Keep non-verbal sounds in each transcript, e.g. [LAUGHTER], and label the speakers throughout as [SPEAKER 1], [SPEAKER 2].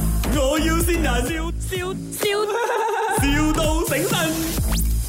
[SPEAKER 1] 要先人，笑笑笑，,笑到醒神。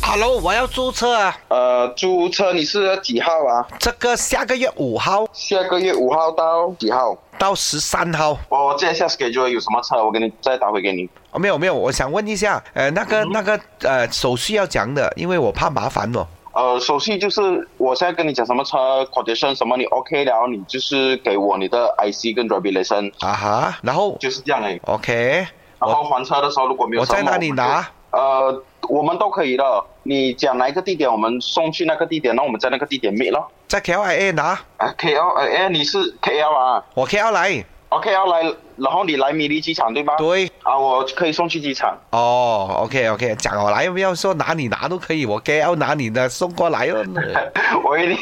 [SPEAKER 2] Hello，我要租车啊，
[SPEAKER 3] 呃，租车你是几号啊？
[SPEAKER 2] 这个下个月五号
[SPEAKER 3] 下个月五号到几号？
[SPEAKER 2] 到十三号。
[SPEAKER 3] 我见一下 schedule 有什么车，我给你再打回给你。
[SPEAKER 2] 哦，没有没有，我想问一下，呃，那
[SPEAKER 3] 嗯
[SPEAKER 2] 个那个呃手续要讲的，因为我怕麻烦哦。
[SPEAKER 3] 呃，首先就是我现在跟你讲什么车 condition 什么，你 OK 了，你就是给我你的 IC 跟 driving license，
[SPEAKER 2] 啊哈，然后
[SPEAKER 3] 就是这样诶。
[SPEAKER 2] OK，
[SPEAKER 3] 然后
[SPEAKER 2] 我
[SPEAKER 3] 还车的时候如果没有
[SPEAKER 2] 我
[SPEAKER 3] 什么
[SPEAKER 2] 在哪里拿？
[SPEAKER 3] 呃，我们都可以的。你讲哪一个地点，我们送去那个地点，那我们在那个地点 meet 咯。
[SPEAKER 2] 在 KLIA 拿，
[SPEAKER 3] 啊，KL，哎、哎，你是 KL 啊
[SPEAKER 2] 我 KL 来，
[SPEAKER 3] ？OK，要来，然后你来米利机场对吧？。
[SPEAKER 2] 对，
[SPEAKER 3] 啊，我可以送去机场。
[SPEAKER 2] 哦，OK OK，讲我来，不要说哪里拿都可以，我 KL 拿你的送过来
[SPEAKER 3] [LAUGHS]
[SPEAKER 2] 哦。
[SPEAKER 3] 我一定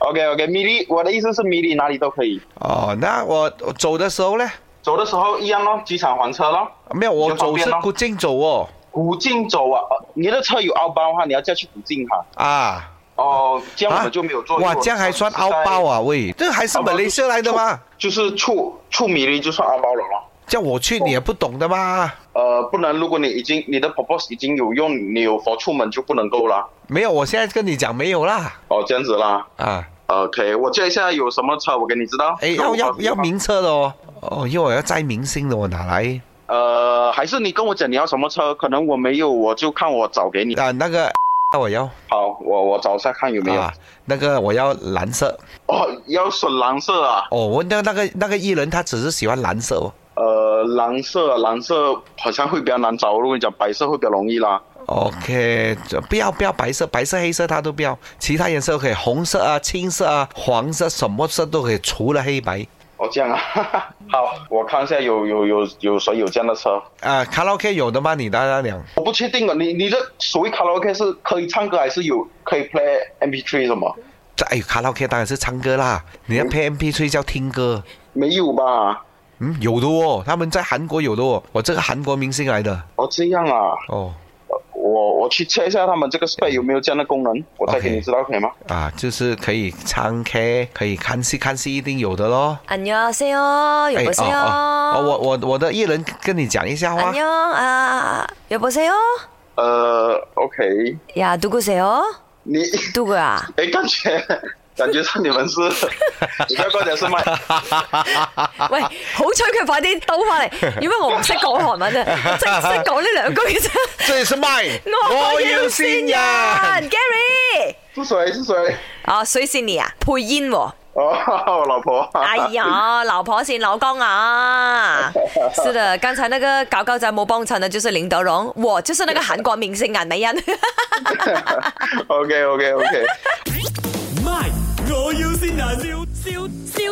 [SPEAKER 3] OK OK，米粒，我的意思是米粒哪里都可以。
[SPEAKER 2] 哦，那我我走的时候呢？
[SPEAKER 3] 走的时候一样咯，机场还车咯。
[SPEAKER 2] 没有，我
[SPEAKER 3] 就方
[SPEAKER 2] 走
[SPEAKER 3] 便
[SPEAKER 2] 是
[SPEAKER 3] 咯
[SPEAKER 2] 不进走哦。
[SPEAKER 3] 古晋走啊，呃你的车有凹包的话，你要叫去古晋哈。
[SPEAKER 2] 啊，
[SPEAKER 3] 哦，这样我
[SPEAKER 2] 啊
[SPEAKER 3] 们就没有做。
[SPEAKER 2] 哇，这样还算凹包
[SPEAKER 3] 啊？
[SPEAKER 2] 啊？喂，这还是
[SPEAKER 3] 凹
[SPEAKER 2] 马
[SPEAKER 3] 包
[SPEAKER 2] 来西亚来的吗？
[SPEAKER 3] 就是处处米粒就算凹包了咯。
[SPEAKER 2] 叫我去你也不懂的吗？
[SPEAKER 3] 呃，不能，如果你已经你的 purpose 已经有用，你有佛出门就不能够啦。
[SPEAKER 2] 没有，我现在跟你讲没有啦。
[SPEAKER 3] 哦，这样子啦。
[SPEAKER 2] 啊，
[SPEAKER 3] OK，我叫一下有什么车，我给你知道。
[SPEAKER 2] 哎，要要要
[SPEAKER 3] 明。
[SPEAKER 2] 名车的哦。哦，因为我要载明星的，我哪来？
[SPEAKER 3] 呃，还是你跟我讲你要什么车，可能我没有，我就看我找给你。
[SPEAKER 2] 啊，那个 [LAUGHS] 我要
[SPEAKER 3] 好，我我找一下看有没有。
[SPEAKER 2] 啊，那个我要蓝色。
[SPEAKER 3] 哦，要选蓝色啊，
[SPEAKER 2] 哦，我那那个那个艺人他只是喜欢蓝色哦。
[SPEAKER 3] 呃，蓝色，蓝色好像会比较难找。我跟你讲，白色会比较容易啦。
[SPEAKER 2] OK，这不要不要白色，白色黑色他都不要，其他颜色都可以，红色啊、青色啊、黄色，什么色都可以，除了黑白。
[SPEAKER 3] 哦，这样啊， [LAUGHS] 好，我看一下有有有有谁有这样的车，
[SPEAKER 2] 啊，卡拉 OK 有的吗？你大大娘？
[SPEAKER 3] 我不确定了。你你的所谓卡拉 OK 是可以唱歌，还是有可以 play MP3 什么？
[SPEAKER 2] 这哎，卡拉 OK 当然是唱歌啦，你要配 MP 3叫听歌。
[SPEAKER 3] 没有吧？
[SPEAKER 2] 嗯，有的哦，他们在韩国有的哦，我这个韩国明星来的
[SPEAKER 3] 哦，这样啊，
[SPEAKER 2] 哦，
[SPEAKER 3] 我我去 check 一下他们这个 spec 有没有这样的功能，我再
[SPEAKER 2] OK
[SPEAKER 3] 给你知道可以吗？
[SPEAKER 2] 啊，就是可以唱 K，可以看戏，看戏一定有的咯。
[SPEAKER 4] 안녕하세요
[SPEAKER 2] 哎
[SPEAKER 4] 여보세요
[SPEAKER 2] 哦，哦我我我的艺人跟啊你讲一下
[SPEAKER 4] 안
[SPEAKER 2] 话，
[SPEAKER 4] 녕아여보세요
[SPEAKER 3] 呃，OK，
[SPEAKER 4] 야누구세요
[SPEAKER 3] 你
[SPEAKER 4] 누구야
[SPEAKER 3] 哎，感觉感觉上你们是，你不要跟我讲是卖。
[SPEAKER 4] 喂，好彩佢快啲兜翻嚟，如果我唔識講韓文啊，我真係識講呢兩句啫。
[SPEAKER 2] [LAUGHS] 这里是麦，
[SPEAKER 4] 先人 Gary，
[SPEAKER 3] 是谁？是谁？
[SPEAKER 4] 啊，水線你啊，配音喎。
[SPEAKER 3] 哦，老婆。
[SPEAKER 4] 哎
[SPEAKER 3] [LAUGHS]
[SPEAKER 4] 呀，老婆是老公啊！是的，刚才那个搞搞仔冇帮衬的，就是林德荣，我就是那个韩国明星颜美 [LAUGHS] 欣。
[SPEAKER 3] OK OK OK。
[SPEAKER 1] 咪，我要先人，笑笑笑，